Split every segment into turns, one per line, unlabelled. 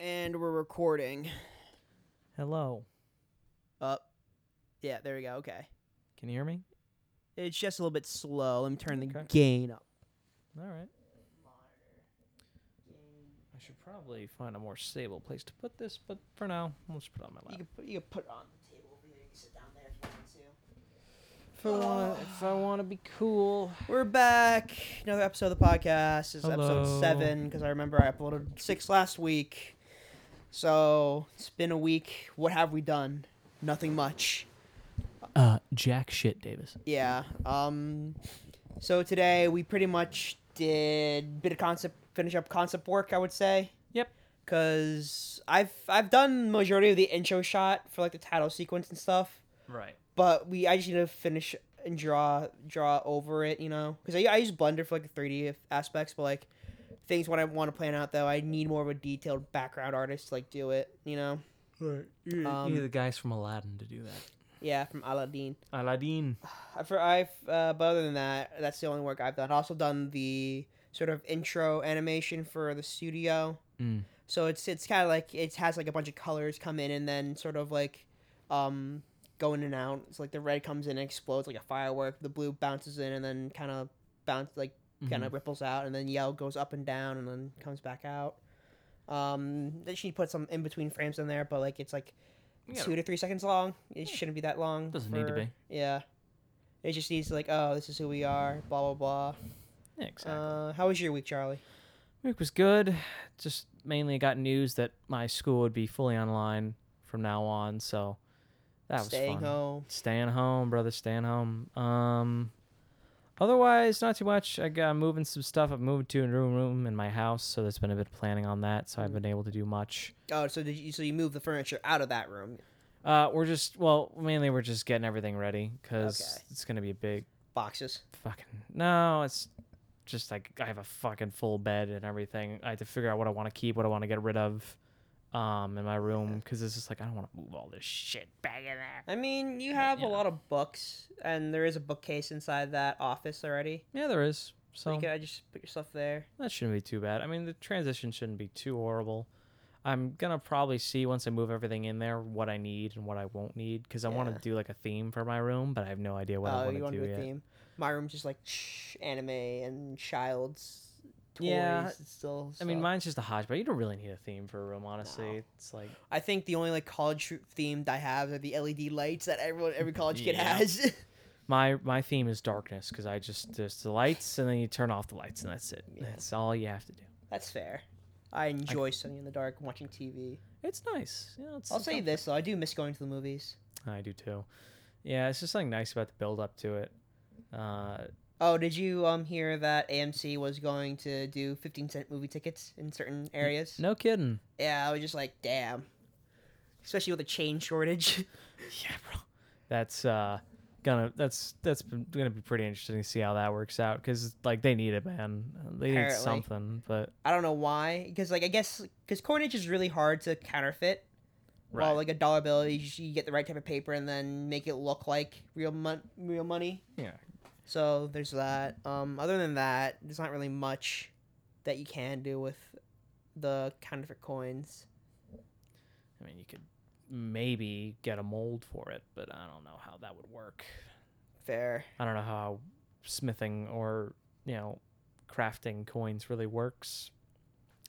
And we're recording.
Hello.
Up. Yeah, there we go. Okay.
Can you hear me?
It's just a little bit slow. Let me turn the
Okay.
gain up.
All right. I should probably find a more stable place to put this, but for now, we'll just put it on my
You
lap.
can put, you can put it on the table over there. You can sit down there if you want to.
If I want to, if I want to be cool,
We're back. Another episode of the podcast. This is episode
Hello.
seven because I remember I uploaded six last week. So it's been a week. What have we done? Nothing much.
uh, jack shit, Davis.
Yeah. Um. So today we pretty much did bit of concept, finish up concept work. I would say.
Yep.
Cause I've I've done majority of the intro shot for like the title sequence and stuff,
Right.
but we I just need to finish and draw draw over it, you know. Cause I, I use Blender for like the 3D aspects, but like things when I want to plan out though, I need more of a detailed background artist to like do it, you know.
Right. You
Um,
need the guys from Aladdin to do that.
Yeah, from Aladdin.
Aladdin.
I- For I've, uh, but other than that, that's the only work I've done. I've also done the sort of intro animation for the studio.
Mm.
So it's it's kind of like it has like a bunch of colors come in and then sort of like, um, go in and out. It's like the red comes in and explodes like a firework. The blue bounces in and then kind of bounce like
Mm-hmm.
kind of ripples out, and then yellow goes up and down and then comes back out. Um, then she put some in between frames in there, but like it's like two to three seconds long. It shouldn't be that long.
Doesn't need to be.
Yeah. It just needs to like, oh, this is who we are, blah blah
Yeah, exactly.
blah. Uh, how was your week, Charlie?
Week uh, was good. Just mainly I got news that my school would be fully online from now on, so that was
Staying
fun.
home.
Staying home, brother. Staying home. Um, otherwise, not too much. I got I'm moving some stuff. I've moved to a new room in my house, so there's been a bit of planning on that. So I haven't been able to do much.
Oh, so did you? So you moved the furniture out of that room?
Uh, we're just well, mainly we're just getting everything ready because
Okay.
it's gonna be a big
Boxes.
fucking no. It's just like I have a fucking full bed and everything. I have to figure out what I want to keep, what I want to get rid of, um, in my room because it's just like I don't want to move all this shit back in there.
I mean, you have
yeah.
a lot of books, and there is a bookcase inside that office already.
Yeah, there is.
So
So
you could just put your stuff there.
That shouldn't be too bad. I mean, the transition shouldn't be too horrible. I'm gonna probably see once I move everything in there what I need and what I won't need because I want
Yeah.
to do like a theme for my room, but I have no idea what
Oh,
I
you
want
want
to
to
do
do a
yet.
theme? My room's just like shh, anime and child's toys.
Yeah,
it's still.
I mean,
stuff.
mine's just a hodgepodge. You don't really need a theme for a room, honestly.
No.
It's like
I think the only like college themed I have are the LED lights that everyone, every college kid
Yeah.
has.
my my theme is darkness because I just there's the lights and then you turn off the lights and that's it.
Yeah.
That's all you have to do.
That's fair. I enjoy sitting in the dark and watching TV.
It's nice. You know, it's,
I'll
it's
say
not-
this though, I do miss going to the movies.
I do too. Yeah, it's just something nice about the build up to it. Uh,
Oh, did you um hear that AMC was going to do 15 cent movie tickets in certain areas?
no kidding.
Yeah, I was just like, damn. Especially with a chain shortage.
Yeah, bro. That's uh gonna that's that's been- gonna be pretty interesting to see how that works out because like they need it, man. They need
Apparently.
something, but
I don't know why, because like I guess because coinage is really hard to counterfeit. While
Right.
like a dollar bill, you, you get the right type of paper and then make it look like real mon- real money.
yeah,
So there's that. Um, other than that, there's not really much that you can do with the counterfeit coins.
I mean you could maybe get a mold for it, but I don't know how that would work.
Fair.
I don't know how smithing or you know crafting coins really works,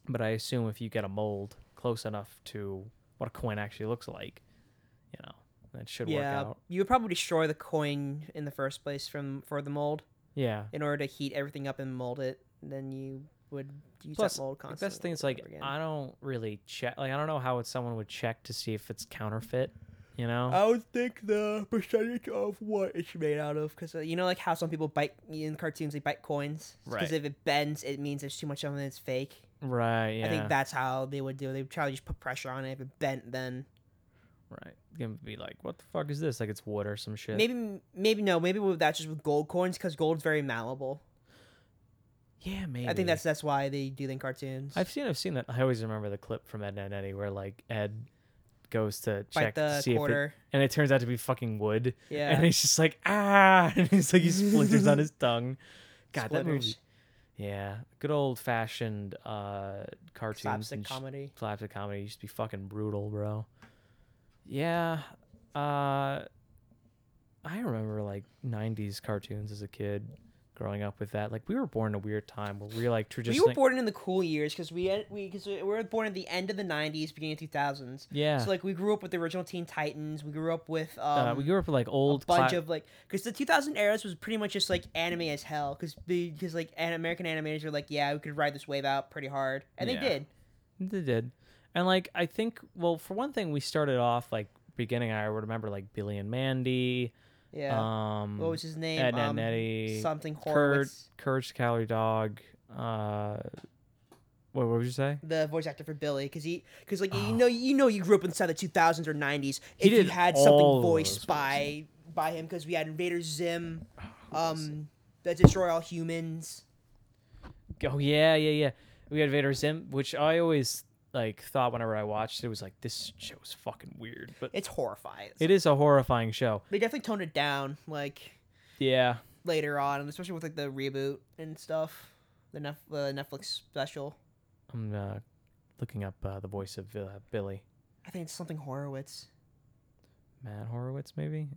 but I assume if you get a mold close enough to what a coin actually looks like, you know, that should
yeah,
work out.
you would probably destroy the coin in the first place from for the mold
Yeah.
in order to heat everything up and mold it. Then you would use
Plus,
that mold
The
constantly.
best thing is
over
like
and over again.
I don't really check. Like I don't know how would someone would check to see if it's counterfeit. You know?
I would think the percentage of what it's made out of, because uh, you know, like how some people bite in cartoons, they bite coins.
Right.
Because if it bends, it means there's too much of it. and It's fake.
right. Yeah.
I think that's how they would do. it. They would probably just put pressure on it. If it bent, then
right. Gonna be like, what the fuck is this? Like it's wood or some shit.
maybe, maybe no, maybe with that's just with gold coins because gold's very malleable.
Yeah, maybe.
I think that's that's why they do it in cartoons.
I've seen. I've seen that. I always remember the clip from Ed and Eddie where like Ed goes to
Bite
check to
the
see if it,
quarter.
and it turns out to be fucking wood.
yeah.
And he's just like ah, and he's like he splinters on his tongue. God, that movie.
Splinters.
Yeah, good old fashioned uh, cartoons
slapstick
and sh-
comedy.
slapstick comedy used to be fucking brutal, bro. Yeah, uh, I remember like '90s cartoons as a kid, growing up with that. Like we were born in a weird time where we were like
we
traditionally.
were born in the cool years because we had- we because we were born at the end of the '90s, beginning of 2000s.
yeah,
So like we grew up with the original Teen Titans. We grew up with um,
uh, we grew up with like
a
old
bunch
cla-
of like because the 2000 eras was pretty much just like anime as hell because because like an American animators were like yeah we could ride this wave out pretty hard and
Yeah.
they did
They did. And like I think well, for one thing, we started off like beginning I would remember like Billy and Mandy.
yeah
Um
what was his name
Ed Edd
Um,
and Eddy.
something
Kurt
Horowitz
Courage the Cowardly Dog. Uh what, what would you say?
the voice actor for Billy because he because like
Oh.
you know you know you grew up inside the 2000s or 90s
He
if you
did
had
all
something
of those Oh,
voiced by by him because we had Invader Zim
was
um that destroy all humans
Oh yeah, yeah, yeah. We had Vader Zim, which I always like thought whenever I watched it was like this show's fucking weird. But
it's horrifying
it is a horrifying show.
they definitely toned it down like
Yeah.
later on, and especially with like the reboot and stuff, the Nef- uh, Netflix special.
I'm uh, looking up uh, the voice of uh, Billy.
I think it's something Horowitz.
Matt Horowitz, maybe?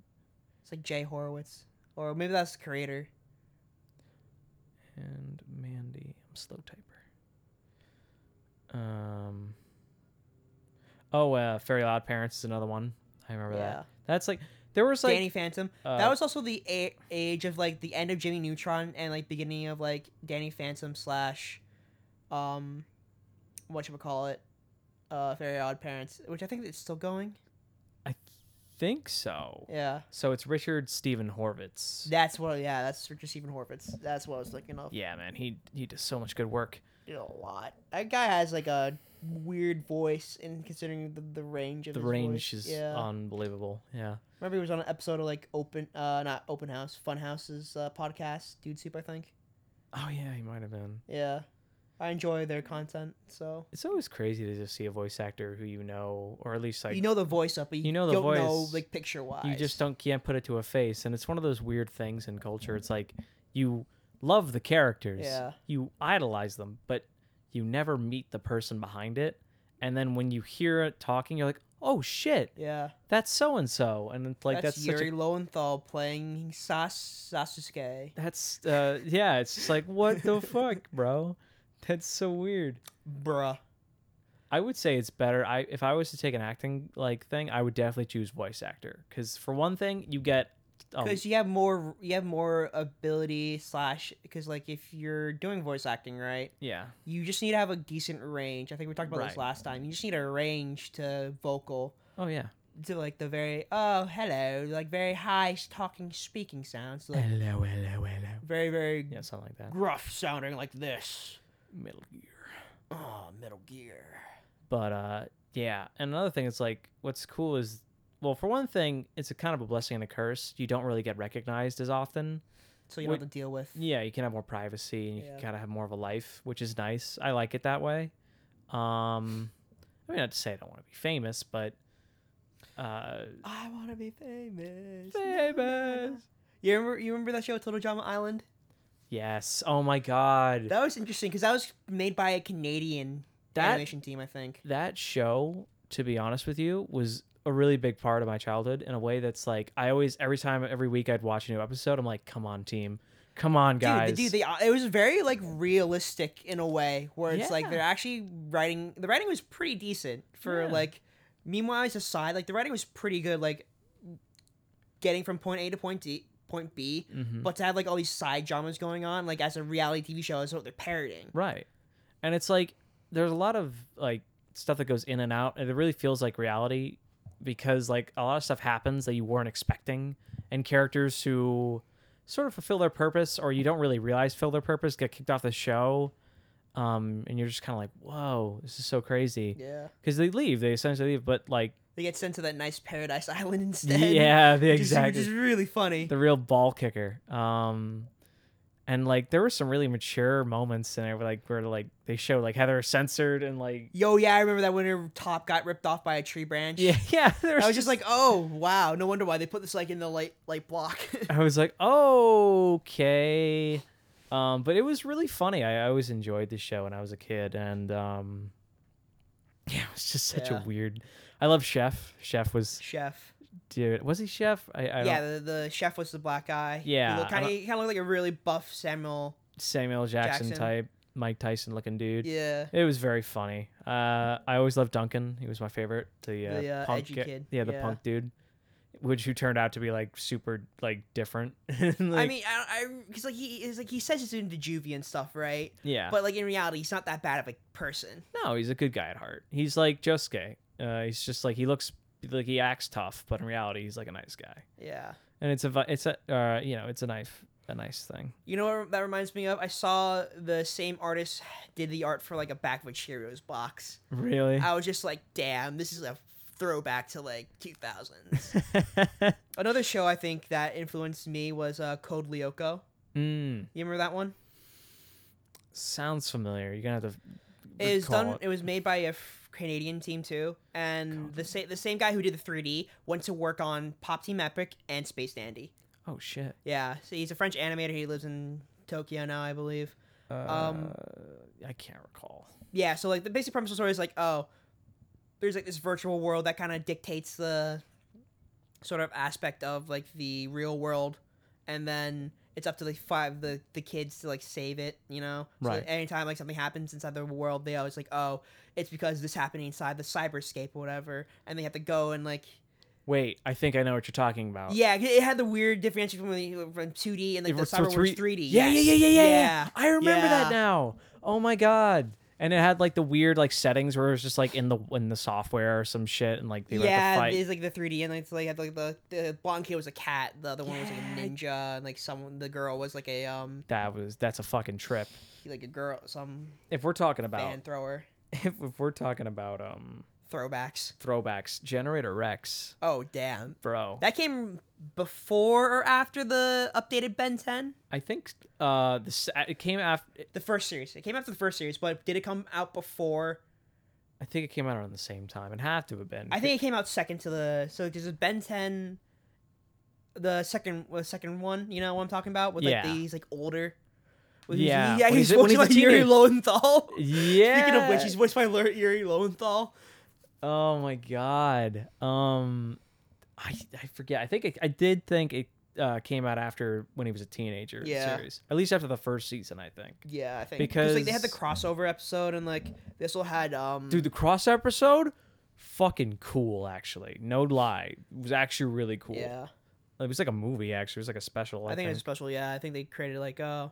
It's like Jay Horowitz, or maybe that's the creator.
and Mandy. I'm a slow typer. Um. Oh, uh, Fairy Loud Parents is another one. I remember
yeah,
that. That's like there was like
Danny Phantom.
uh,
that was also the a- age of like the end of Jimmy Neutron and like beginning of like Danny Phantom slash, um, what should we call it? Uh, Very Odd Parents, which I think it's still going.
I think so.
Yeah,
So it's Richard Steven Horvitz.
that's what. Yeah, that's Richard Stephen Horowitz. That's what I was thinking of.
yeah, man, he he does so much good work.
did a lot. That guy has like a weird voice, and considering the, the range of
The
his
range
voice,
is
yeah.
unbelievable. Yeah.
Remember, he was on an episode of like open, uh, not open house, Funhouse's uh, podcast, Dude Soup, I think.
Oh yeah, he might have been.
Yeah, I enjoy their content. So
It's always crazy to just see a voice actor who you know, or at least like
you know the voice up, but you,
you know the
don't know
voice.
like picture wise.
you just don't can't put it to a face and it's one of those weird things in culture it's like you love the characters
Yeah.
you idolize them but you never meet the person behind it and then when you hear it talking you're like oh shit
Yeah,
that's so and so and it's like
that's,
that's such
Yuri
a,
Lowenthal playing Sas- Sasuke.
that's uh yeah it's just like what the fuck bro that's so weird
Bruh.
I would say it's better. I if I was to take an acting like thing, I would definitely choose voice actor because for one thing, you get um,
because you have more you have more ability slash because like if you're doing voice acting right
yeah,
you just need to have a decent range. I think we talked about this
Right.
last time. You just need a range to vocal
oh yeah,
to like the very oh hello like very high s- talking speaking sounds to, like
hello, hello, hello.
very very
Yeah, something like that.
gruff sounding like this.
Metal Gear.
Oh, Metal Gear.
But uh, yeah, and another thing is like, what's cool is, well, for one thing, it's a kind of a blessing and a curse. You don't really get recognized as often.
So you don't
Would-
have to deal with.
Yeah, you can have more privacy and you
Yeah.
can kind of have more of a life, which is nice. I like it that way. Um, I mean, not to say I don't want to be famous, but uh,
I want to be famous.
famous.
You remember you remember that show Total Drama Island?
Yes. Oh my God.
That was interesting because that was made by a Canadian
That-
animation team, I think.
that show, to be honest with you, was a really big part of my childhood in a way that's like I always every time every week I'd watch a new episode, I'm like, come on, team, come on, guys.
Dude, the- dude, they, uh, it was very like realistic in a way where it's like
Yeah.
they're actually writing. The writing was pretty decent for
Yeah.
like. Meanwhile, as aside, like the writing was pretty good. Like getting from point A to point D, point B,
Mhm.
but to have like all these side dramas going on, like as a reality TV show, is what they're parodying.
right. And it's like there's a lot of like stuff that goes in and out, and it really feels like reality because like a lot of stuff happens that you weren't expecting, and characters who sort of fulfill their purpose or you don't really realize fulfill their purpose get kicked off the show. Um, and you're just kind of like, whoa, this is so crazy.
Yeah,
because they leave. They essentially leave, but like,
they get sent to that nice Paradise Island instead.
yeah, the
Which is-
exactly
Which is really funny.
the real ball kicker. Um, and like there were some really mature moments in it, where like where like they show like how they're censored and like
Yo, yeah, I remember that when her top got ripped off by a tree branch.
yeah yeah. There
I was just like, oh wow, no wonder why they put this like in the light light block.
I was like, okay, Um, but it was really funny. I, I always enjoyed the show when I was a kid, and um, yeah, it was just such
Yeah.
a weird. I love Chef. Chef was
Chef.
dude. Was he Chef? I, I
yeah,
don't,
the, the chef was the black guy.
Yeah,
he looked,
I
kind of he kind of looked like a really buff Samuel.
Samuel Jackson,
Jackson.
type, Mike Tyson looking dude.
Yeah,
It was very funny. Uh, I always loved Duncan. He was my favorite. The, uh,
The, uh,
punk
edgy
ki-
kid.
Yeah, the
Yeah.
punk dude, which who turned out to be like super like different.
I
Like,
mean, I because like he is like he says he's into juvie and stuff, right?
yeah.
But like in reality, he's not that bad of a person.
No, he's a good guy at heart. He's like Josuke. Uh, he's just like he looks like he acts tough, but in reality, he's like a nice guy.
Yeah.
And it's a vi- it's a uh, you know it's a nice a nice thing.
You know what that reminds me of? I saw the same artist did the art for like a back of a Cheerios box.
Really.
I was just like, damn, this is a throwback to like 2000s. Another show I think that influenced me was uh, Code Lyoko.
mm,
You remember that one?
sounds familiar. You're gonna have to.
It was
recall
done.
it.
It was made by a f- Canadian team too, and the same the same guy who did the 3D went to work on Pop Team Epic and Space Dandy.
Oh shit.
Yeah, so he's a French animator. He lives in Tokyo now, I believe.
Uh, um, I can't recall.
Yeah, so like the basic premise of the story is like, oh, there's like this virtual world that kind of dictates the sort of aspect of like the real world, and then it's up to like five the the kids to like save it, you know. So
Right.
anytime like something happens inside the world, they always like, oh, it's because this happened inside the cyberscape or whatever, and they have to go and like,
Wait, I think I know what you're talking about.
yeah, it it had the weird differentiation from the- from two D and like
Oh. It
the
was
cyber
three-
was three D.
Yeah, yeah, yeah, yeah, yeah, yeah.
Yeah.
I remember
Yeah.
that now. Oh my god. And it had like the weird like settings where it was just like in the in the software or some shit and like they were
yeah,
at the fight.
it's like the 3D, and like, it's like, had, like the the blonde kid was a cat, the other one was like a
Yeah.
ninja, and like someone the girl was like a um
That was that's a fucking trip.
like a girl some
If we're talking about
fan thrower
if, if we're talking about um
throwbacks.
throwbacks, Generator Rex,
Oh damn,
bro.
that came before or after the updated Ben 10,
I think uh this it came after
the first series. It came after the first series, but did it come out before?
I think it came out around the same time. It had to have been.
I think it came out second to the so there's a Ben 10, the second the second one. You know what I'm talking about with like
Yeah.
these like older. with-
Yeah,
yeah,
when
he's
he's a- when
voiced by
he's a
Yuri
teenager.
Lowenthal.
Yeah.
Speaking of which, he's voiced by Ler- Yuri Lowenthal.
Oh my god. Um, I I forget. I think it, I did think it uh, came out after when he was a teenager. the
Yeah.
Series. At least after the first season, I think.
Yeah, I think like they had the
Because-
crossover episode, and like this will had um
Dude, the cross episode, fucking cool. Actually, no lie, it was actually really cool.
yeah.
It was like a movie. Actually, it was like a special. I,
I think it was special. Yeah, I think they created like oh,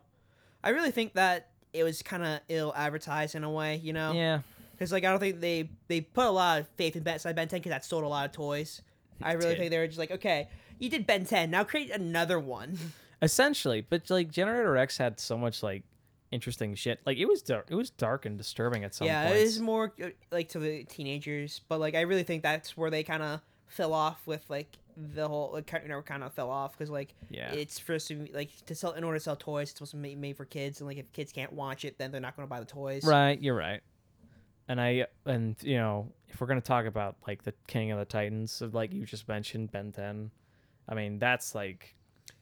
I really think that it was kind of ill advertised in a way, you know,
Yeah.
because like I don't think they they put a lot of faith in Ben, side Ben 10 because that sold a lot of toys. I really
did.
think they were just like, okay, you did Ben 10, now create another one.
Essentially, but like Generator X had so much like interesting shit. Like it was dark. It was dark and disturbing at some.
yeah,
points.
it is more uh, like to the teenagers, but like I really think that's where they kind of fell off with like the whole like, kind- you know kind of fell off because like
Yeah.
it's supposed to be like to sell in order to sell toys it's supposed to be made for kids and like if kids can't watch it then they're not going to buy the toys
Right, you're right. And I and you know, if we're gonna talk about like the King of the Titans, of, like you just mentioned, Ben Ten, I mean that's like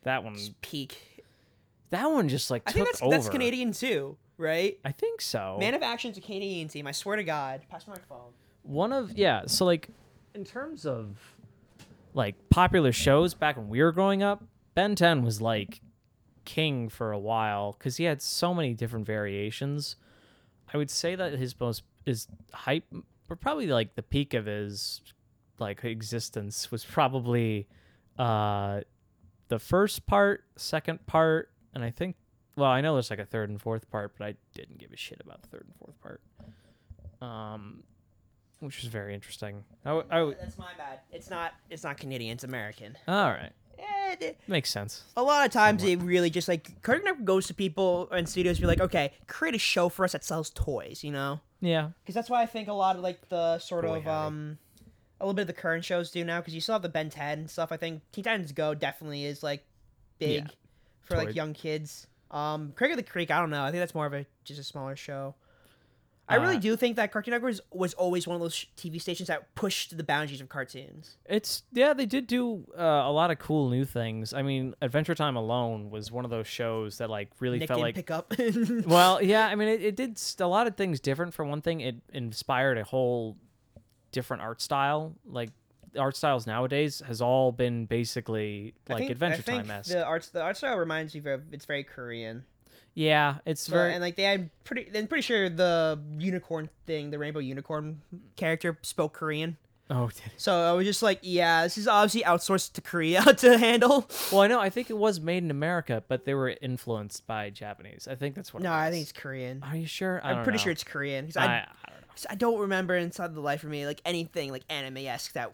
that one.
It's peak
That one just like
I
took
think that's
over. Oh.
that's Canadian too right
I think so.
Man of Action's a Canadian team I swear to God pass me my phone
one of yeah. So like, in terms of like popular shows back when we were growing up, Ben Ten was like king for a while because he had so many different variations. I would say that his most his hype or probably like the peak of his like existence was probably uh the first part, second part, and I think well, I know there's like a third and fourth part, but I didn't give a shit about the third and fourth part. Um which was very interesting. I w- I w-
that's my bad it's not it's not Canadian it's American
all right.
Eh,
Makes sense.
a lot of times they really just like Cartoon Network goes to people and studios and be like, okay, create a show for us that sells toys, you know?
Yeah.
Because that's why I think a lot of like the sort
Boy,
of
howdy.
um, a little bit of the current shows do now because you still have the Ben 10 and stuff. I think Teen Titans Go definitely is like big
Yeah.
for
Toy-
like young kids. Um, Craig of the Creek, I don't know. I think that's more of a just a smaller show. I really
Uh,
do think that Cartoon Network was, was always one of those sh- TV stations that pushed the boundaries of cartoons.
It's yeah, they did do uh, a lot of cool new things. I mean, Adventure Time alone was one of those shows that like really
Nick
felt
didn't
like
pick up.
well, yeah. I mean, it, it did s- a lot of things different. For one thing, it inspired a whole different art style. Like the art styles nowadays has all been basically like Adventure Time esque.
The art the art style reminds me of it's very Korean.
Yeah, it's
So-
very
and like they had pretty. I'm pretty sure the unicorn thing, the rainbow unicorn character, spoke Korean.
oh. did it?
So I was just like, yeah, this is obviously outsourced to Korea to handle.
Well, I know. I think it was made in America, but they were influenced by Japanese. I think that's what.
No,
it
I
was.
think it's Korean.
Are you sure? I
I'm
don't
pretty
know.
sure it's Korean because
I,
I,
I don't know.
'cause I don't remember inside the life for me like anything like anime esque that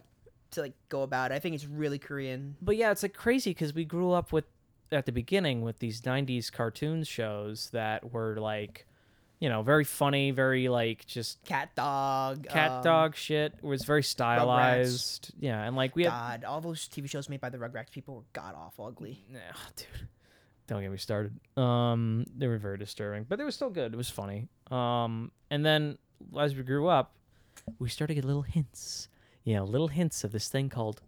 to like go about. it. I think it's really Korean.
But yeah, it's like crazy because we grew up with at the beginning with these '90s cartoon shows that were like, you know, very funny, very like just
Cat dog.
cat
um,
dog shit It was very stylized. Yeah, and like we had,
God, all those TV shows made by the Rugrats people were god awful ugly.
Nah, dude, don't get me started. Um, they were very disturbing, but they were still good. It was funny. Um, and then as we grew up, we started to get little hints, you know, little hints of this thing called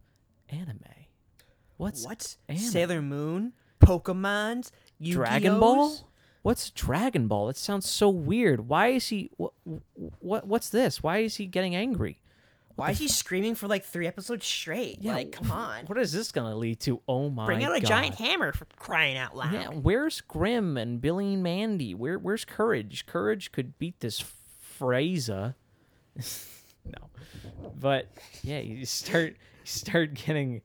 anime. What's
What?
anime?
Sailor Moon, Pokemon's, Yu-Gi-Oh's?
Dragon Ball? What's Dragon Ball? That sounds so weird. Why is he? What? What? What's this? Why is he getting angry?
Why is he screaming for like three episodes straight? like, come on,
What is this gonna lead to? Oh my!
bring out a
God.
giant hammer for crying out loud.
Yeah, where's Grim and Billy and Mandy? Where where's Courage? Courage could beat this Fraser. no, but yeah, you start you start getting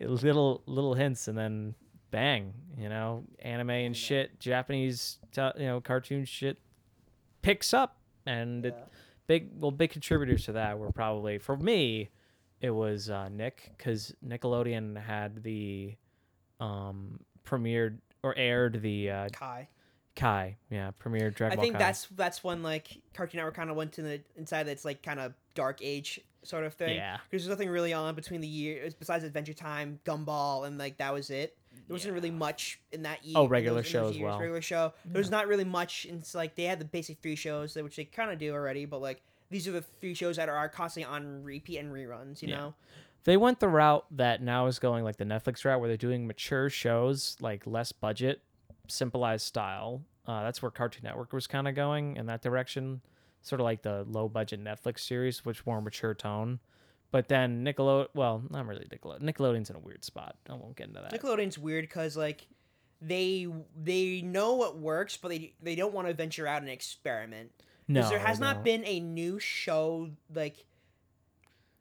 little little hints, and then bang, you know, anime and shit, Japanese t- you know cartoon shit picks up, and it, big well big contributors to that were probably for me, it was uh, Nick because Nickelodeon had the um premiered or aired the uh
Kai.
Kai. Yeah, premiered Dragon
I
Ball
think
Kai.
that's that's when like Cartoon Network kind of went to the inside that's like kind of dark age sort of thing.
Yeah.
because there's nothing really on between the years besides Adventure Time, Gumball, and like that was it. There wasn't really much in that year.
Oh, regular show as
shows.
well.
Regular show. There was not really much. and It's like they had the basic three shows, that- which they kind of do already, but like these are the three shows that are constantly on repeat and reruns. You
Yeah.
know,
they went the route that now is going like the Netflix route where they're doing mature shows, like less budget, simplified style. Uh, that's where Cartoon Network was kind of going in that direction, sort of like the low budget Netflix series, which more mature tone. But then Nickelode, well, not really Nickelodeon. Nickelodeon's in a weird spot. I won't get into that.
Nickelodeon's weird because like they they know what works, but they they don't want to venture out and experiment.
no,
Because there has
they
not
don't.
been a new show like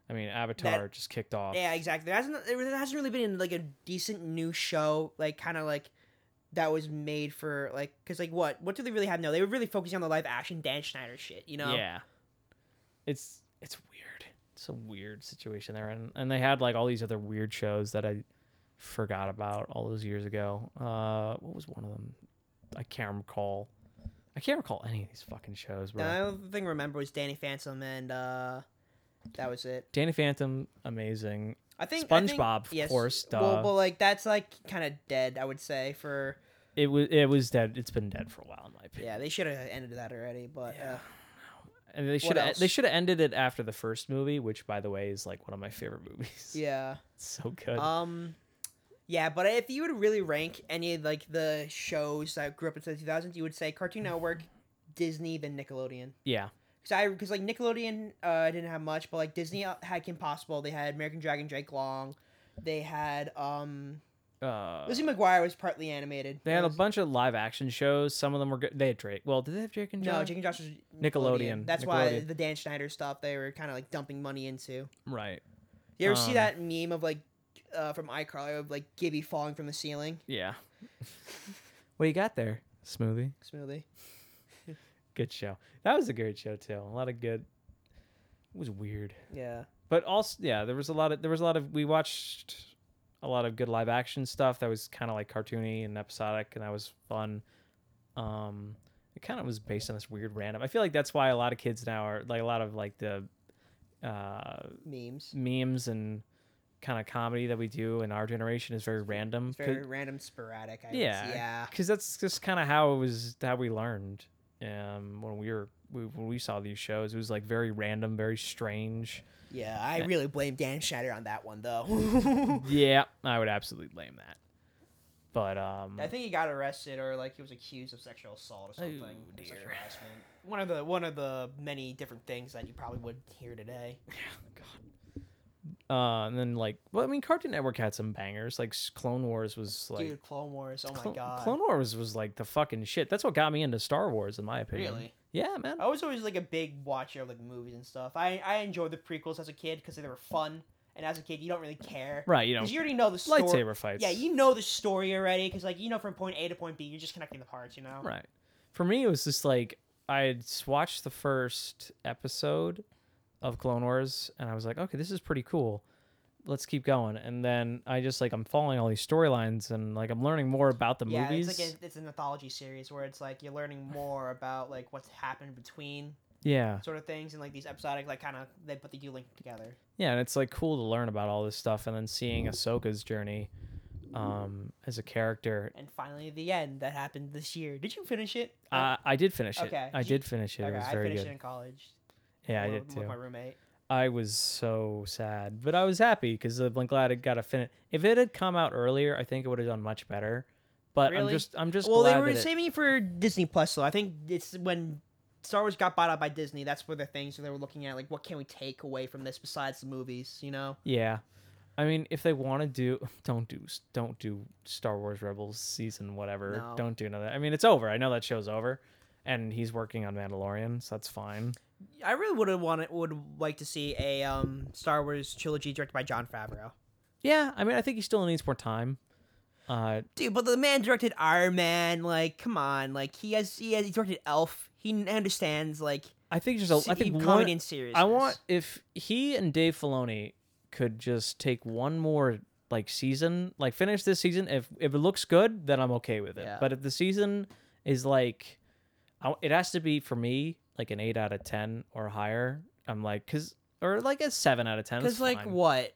I mean, Avatar just kicked off.
yeah exactly there hasn't there hasn't really been like a decent new show like kind of like that was made for like because like what what do they really have now they were really focusing on the live action Dan Schneider shit you know
Yeah. It's it's weird. It's a weird situation they're in. And they had like all these other weird shows that I forgot about all those years ago. Uh what was one of them? I can't recall. I can't recall any of these fucking shows, bro.
the only thing I remember was Danny Phantom and uh that was it
Danny Phantom, amazing.
I think I think-
SpongeBob, of course, duh.
well, well like that's like kind of dead I would say for
It was it was dead. It's been dead for a while in my opinion.
yeah they should have ended that already but uh,
And they should have
else?
they should have ended it after the first movie, which by the way is like one of my favorite movies.
yeah.
It's so good.
Um, yeah, but if you would really rank any of like the shows that grew up into the 2000s, you would say Cartoon
Mm-hmm.
Network, Disney, then Nickelodeon.
yeah.
Because I because like Nickelodeon uh, didn't have much, but like Disney uh, had Kim Possible. They had American Dragon, Jake Long. They had um
Uh
Lizzie McGuire was partly animated.
They had a
It was-
bunch of live action shows. Some of them were good. They had Drake. Well, did they have Drake and Josh?
no Jake and Josh was
Nickelodeon,
That's why
Nickelodeon.
the Dan Schneider stuff they were kind of like dumping money into.
Right.
You ever see
Um,
that meme of like uh, from iCarly of like Gibby falling from the ceiling?
Yeah. what you got there? Smoothie.
Smoothie.
Good show. That was a great show too. A lot of good. It was weird,
Yeah.
but also yeah, there was a lot of there was a lot of we watched a lot of good live action stuff that was kind of like cartoony and episodic, and that was fun. Um, it kind of was based on this weird random. I feel like that's why a lot of kids now are like a lot of like the. Uh,
Memes.
memes and kind of comedy that we do in our generation is very random.
It's very random, sporadic. I would say.
Yeah.
yeah.
Because that's just kind of how it was, how we learned um, when we were we, when we saw these shows, it was like very random, very strange.
Yeah, I really blame Dan Shatter on that one though.
yeah, I would absolutely blame that. But um,
I think he got arrested or like he was accused of sexual assault or something.
Oh,
or sexual
dear.
harassment. One of the one of the many different things that you probably would hear today.
uh, and then like, well, I mean, Cartoon Network had some bangers. Like S- Clone Wars was like,
Dude, Clone Wars. Oh
Clo-
my god.
Clone Wars was like the fucking shit. That's what got me into Star Wars, in my opinion.
Really? Oh,
Yeah, man.
I was always like a big watcher of like movies and stuff. I I enjoyed the prequels as a kid because they were fun, and as a kid you don't really care
Right, you know,
because you already know the story.
lightsaber fights.
Yeah, you know the story already because like you know from point A to point B, you're just connecting the parts. You know.
Right. For me, it was just like I had s- watched the first episode of Clone Wars, and I was like, okay, this is pretty cool. Let's keep going. And then I just like I'm following all these storylines, and like I'm learning more about the
yeah,
movies.
it's like a, it's an anthology series where it's like you're learning more about like what's happened between
yeah,
sort of things and like these episodic like kind of they put the do link together.
yeah, and it's like cool to learn about all this stuff, and then seeing Ahsoka's journey um, as a character.
And finally, the end that happened this year. Did you finish it?
Uh, I did finish it.
Okay.
I
Did you-
did finish it.
okay,
it was
I
very
finished
good.
it in college.
Yeah, I
with,
did
with
too.
my roommate.
I was so sad, but I was happy because I'm glad it got a finish. If it had come out earlier, I think it would have done much better. But I'm
Really?
just, I'm just
well,
glad
they were
that it-
saving it for Disney Plus, though. I think it's when Star Wars got bought out by Disney. That's where the things so they were looking at, like, what can we take away from this besides the movies? You know,
yeah. I mean, if they want to do, don't do, don't do Star Wars Rebels season whatever.
No.
Don't do another. I mean, it's over. I know that show's over, and he's working on Mandalorian, so that's fine.
I really would have wanted, would like to see a um, Star Wars trilogy directed by John Favreau.
Yeah, I mean, I think he still needs more time. Uh,
Dude, but the man directed Iron Man. Like, come on, like he has he has he directed Elf. He n- understands like
I think there's a,
se-
I think
comedy
one,
and seriousness.
I want if he and Dave Filoni could just take one more like season, like finish this season. If if it looks good, then I'm okay with it.
Yeah.
But if the season is like, I, it has to be for me like an eight out of ten or higher. I'm like, cause or like a seven out of ten.
because
Cause
like what.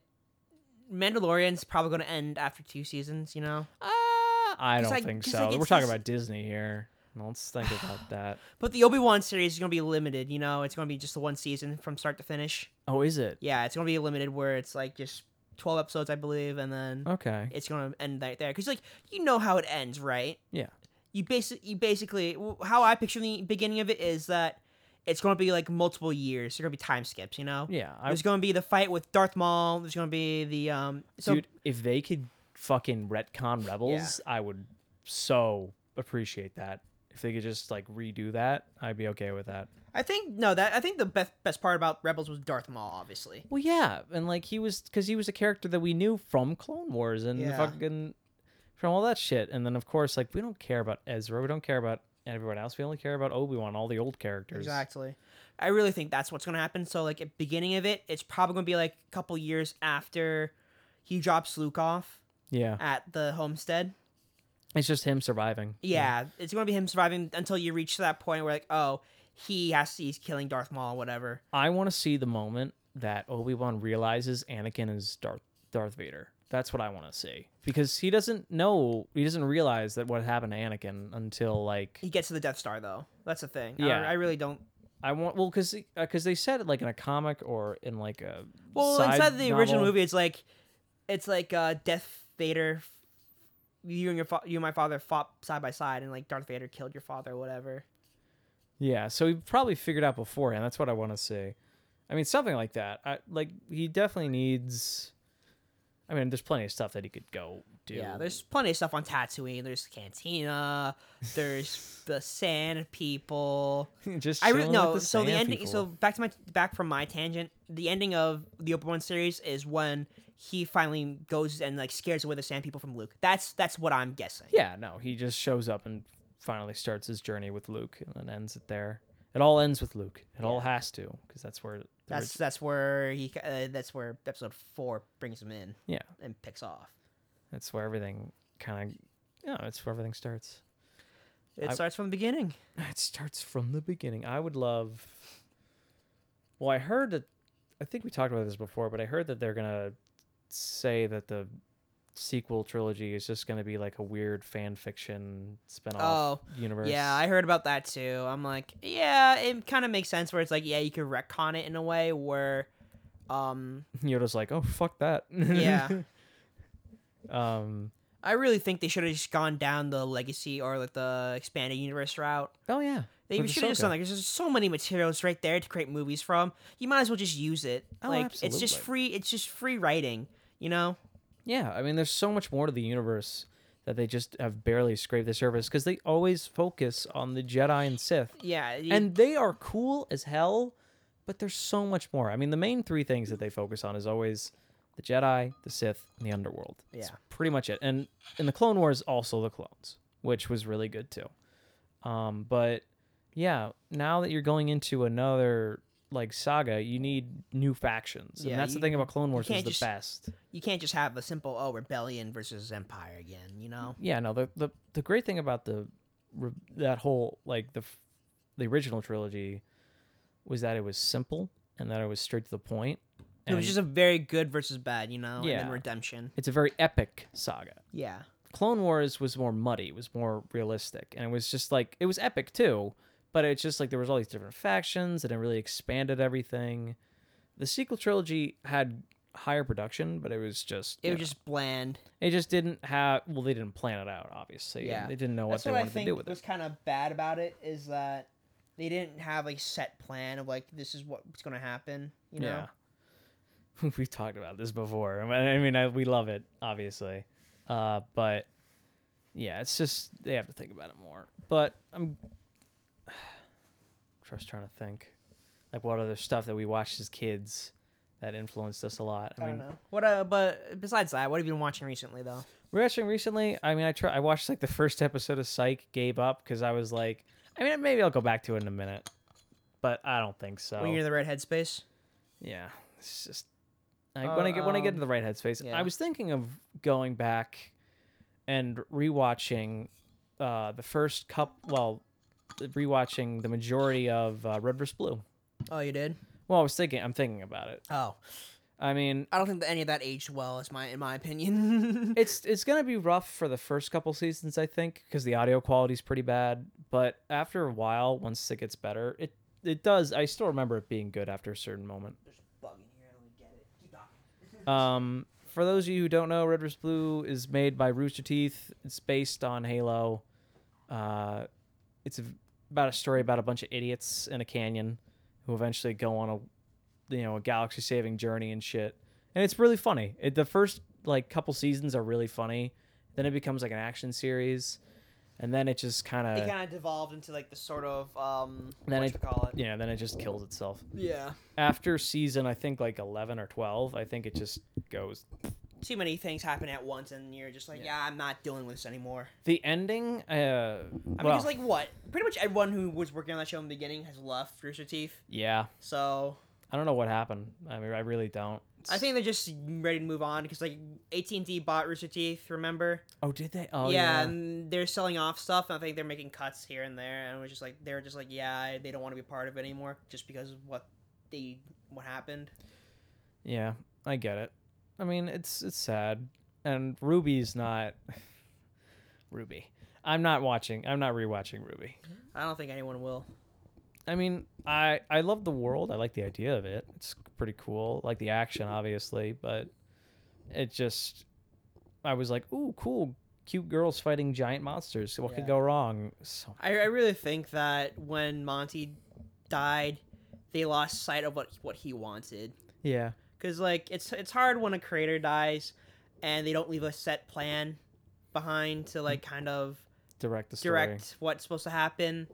Mandalorian's probably going to end after two seasons, you know.
Ah, I
'cause
don't
like-
think
'cause,
so.
like,
We're
it's
talking
just-
about Disney here. Let's think about that.
But the Obi Wan series is going to be limited. You know, it's going to be just the one season from start to finish.
Oh, is it?
Yeah, it's going to be limited where it's like just twelve episodes, I believe, and then
Okay.
it's going to end right there. Because like you know how it ends, right?
Yeah.
You basically, you basically, w- how I picture the beginning of it is that it's going to be like multiple years. There's going to be time skips. You know.
Yeah. I,
There's going to be the fight with Darth Maul. There's going to be the um. So
Dude, if they could fucking retcon Rebels, I would so appreciate that. If they could just like redo that, I'd be okay with that.
I think no, that I think the best best part about Rebels was Darth Maul, obviously.
Well, yeah, and like he was because he was a character that we knew from Clone Wars and
Yeah.
fucking from all that shit. And then of course, like we don't care about Ezra, we don't care about everyone else. We only care about Obi Wan, all the old characters.
Exactly. I really think that's what's gonna happen. So like at beginning of it, it's probably gonna be like a couple years after he drops Luke off
Yeah,
at the homestead.
it's just him surviving.
Yeah, it's gonna be him surviving until you reach that point where like, oh, he has he's killing Darth Maul, whatever.
I want to see the moment that Obi Wan realizes Anakin is Darth Darth Vader. That's what I want to see because he doesn't know, he doesn't realize that what happened to Anakin until like
He gets to the Death Star though. That's the thing.
Yeah.
I, I really don't.
I want well because because they said it like in a comic or in like a
Well,
side
inside the original
novel.
movie, it's like, it's like uh, Death Vader. f- You and your fa- you and my father fought side by side, and like Darth Vader killed your father, or whatever.
Yeah, so he probably figured out beforehand. That's what I want to see. I mean, something like that. I like he definitely needs. I mean, there's plenty of stuff that he could go do.
Yeah, there's plenty of stuff on Tatooine. There's Cantina. There's the Sand People.
just
I re-
chilling
no.
with the
so the
sand
ending.
people.
So back to my back from my tangent. The ending of the Open One series is when he finally goes and like scares away the Sand People from Luke. That's that's what I'm guessing.
Yeah, no, he just shows up and finally starts his journey with Luke and then ends it there. It all ends with Luke. It all has to because that's where the
That's
orig-
that's where he. ca- Uh, that's where Episode Four brings him in
yeah,
and picks off.
that's where everything kind of yeah, it's where everything starts.
It
I-
starts from the beginning.
It starts from the beginning. I would love Well, I heard that I think we talked about this before, but I heard that they're going to say that the sequel trilogy is just going to be like a weird fan fiction spin off
Oh,
universe.
Yeah, I heard about that too. I'm like, yeah, it kind of makes sense where it's like, yeah, you could retcon it in a way where, um,
Yoda's like, oh fuck that.
Yeah.
um.
I really think they should have just gone down the legacy or like the expanded universe route.
Oh yeah.
They
With
should have
Ahsoka.
just done like there's just so many materials right there to create movies from. You might as well just use it.
Oh,
like it's just
absolutely.
free. It's just free writing. You know.
Yeah, I mean, there's so much more to the universe that they just have barely scraped the surface because they always focus on the Jedi and Sith,
Yeah. you-
and they are cool as hell. But there's so much more. I mean, the main three things that they focus on is always the Jedi, the Sith, and the underworld. That's
Yeah.
pretty much it. And in the Clone Wars, also the clones, which was really good too. Um, but yeah, now that you're going into another like saga, you need new factions, and
Yeah,
that's
you-
the thing about Clone Wars is
can't
the
just-
best.
you can't just have a simple oh rebellion versus empire again. You know.
yeah no the, the the great thing about the re- that whole like the f- the original trilogy was that it was simple and that it was straight to the point
It
and
was just a very good versus bad. You know. And
Yeah.
then redemption.
it's a very epic saga
Yeah.
clone wars was more muddy it was more realistic and it was just like it was epic too but it's just like there was all these different factions and it really expanded everything the sequel trilogy had higher production but it was just
It
you
was
know,
just bland.
it just didn't have well they didn't plan it out obviously
Yeah.
yeah they didn't know what
That's
they
what I
wanted to
think
do with it
was kind of bad about it is that they didn't have a set plan of like this is what's going to happen. You know.
Yeah. We've talked about this before. I mean, I mean, I, we love it, obviously. Uh, but yeah, it's just they have to think about it more. But I'm just trying to think, like, what other stuff that we watched as kids that influenced us a lot. I,
I
mean,
don't know. What uh, but besides that, what have you been watching recently though?
we're watching recently. I mean, I try. I watched like the first episode of Psych, gave up because I was like, I mean, maybe I'll go back to it in a minute, but I don't think so.
When you're in the red headspace?
Yeah, it's just like when I get when I
Uh,
get into the right headspace.
yeah.
I was thinking of going back and rewatching uh, the first cup. Well, rewatching the majority of uh, Red vs. Blue.
Oh, you did.
Well, I was thinking. I'm thinking about it.
Oh,
I mean,
I don't think that any of that aged well, is my in my opinion.
it's it's gonna be rough for the first couple seasons, I think, because the audio quality's pretty bad. But after a while, once it gets better, it it does. I still remember it being good after a certain moment.
There's a bug in here. I don't get it. Keep talking.
Um, for those of you who don't know, Red vs. Blue is made by Rooster Teeth. It's based on Halo. Uh, it's a- about a story about a bunch of idiots in a canyon who eventually go on a, you know, a galaxy-saving journey and shit. And it's really funny. It, the first like couple seasons are really funny. Then it becomes like an action series, and then it just kind
It
of,
kind of devolved into like the sort of um.
Then
what
it-
you call it?
you know, then it just kills itself.
Yeah.
After season, I think like eleven or twelve, I think it just goes
Too many things happen at once, and you're just like, yeah, I'm not dealing with this anymore.
The ending, uh,
I mean,
well,
'cause, like what? Pretty much everyone who was working on that show in the beginning has left Rooster Teeth.
yeah,
So
I don't know what happened. I mean, I really don't.
I think they're just ready to move on because like AT&T bought Rooster Teeth. Remember?
Oh, did they? Oh,
yeah,
yeah.
and they're selling off stuff. And I think they're making cuts here and there, and it was just like they're just like, yeah, I- they don't want to be part of it anymore, just because of what they what happened.
Yeah, I get it. I mean, it's it's sad, and Ruby's not Ruby. I'm not watching. I'm not rewatching Ruby.
I don't think anyone will.
I mean, I I love the world. I like the idea of it. It's pretty cool. Like the action, obviously, but it just I was like, ooh, cool, cute girls fighting giant monsters. What
Yeah.
could go wrong? So
I, I really think that when Monty died, they lost sight of what what he wanted.
yeah,
Cause like it's it's hard when a creator dies, and they don't leave a set plan behind to
Mm.
like kind of
direct the story.
direct what's supposed to happen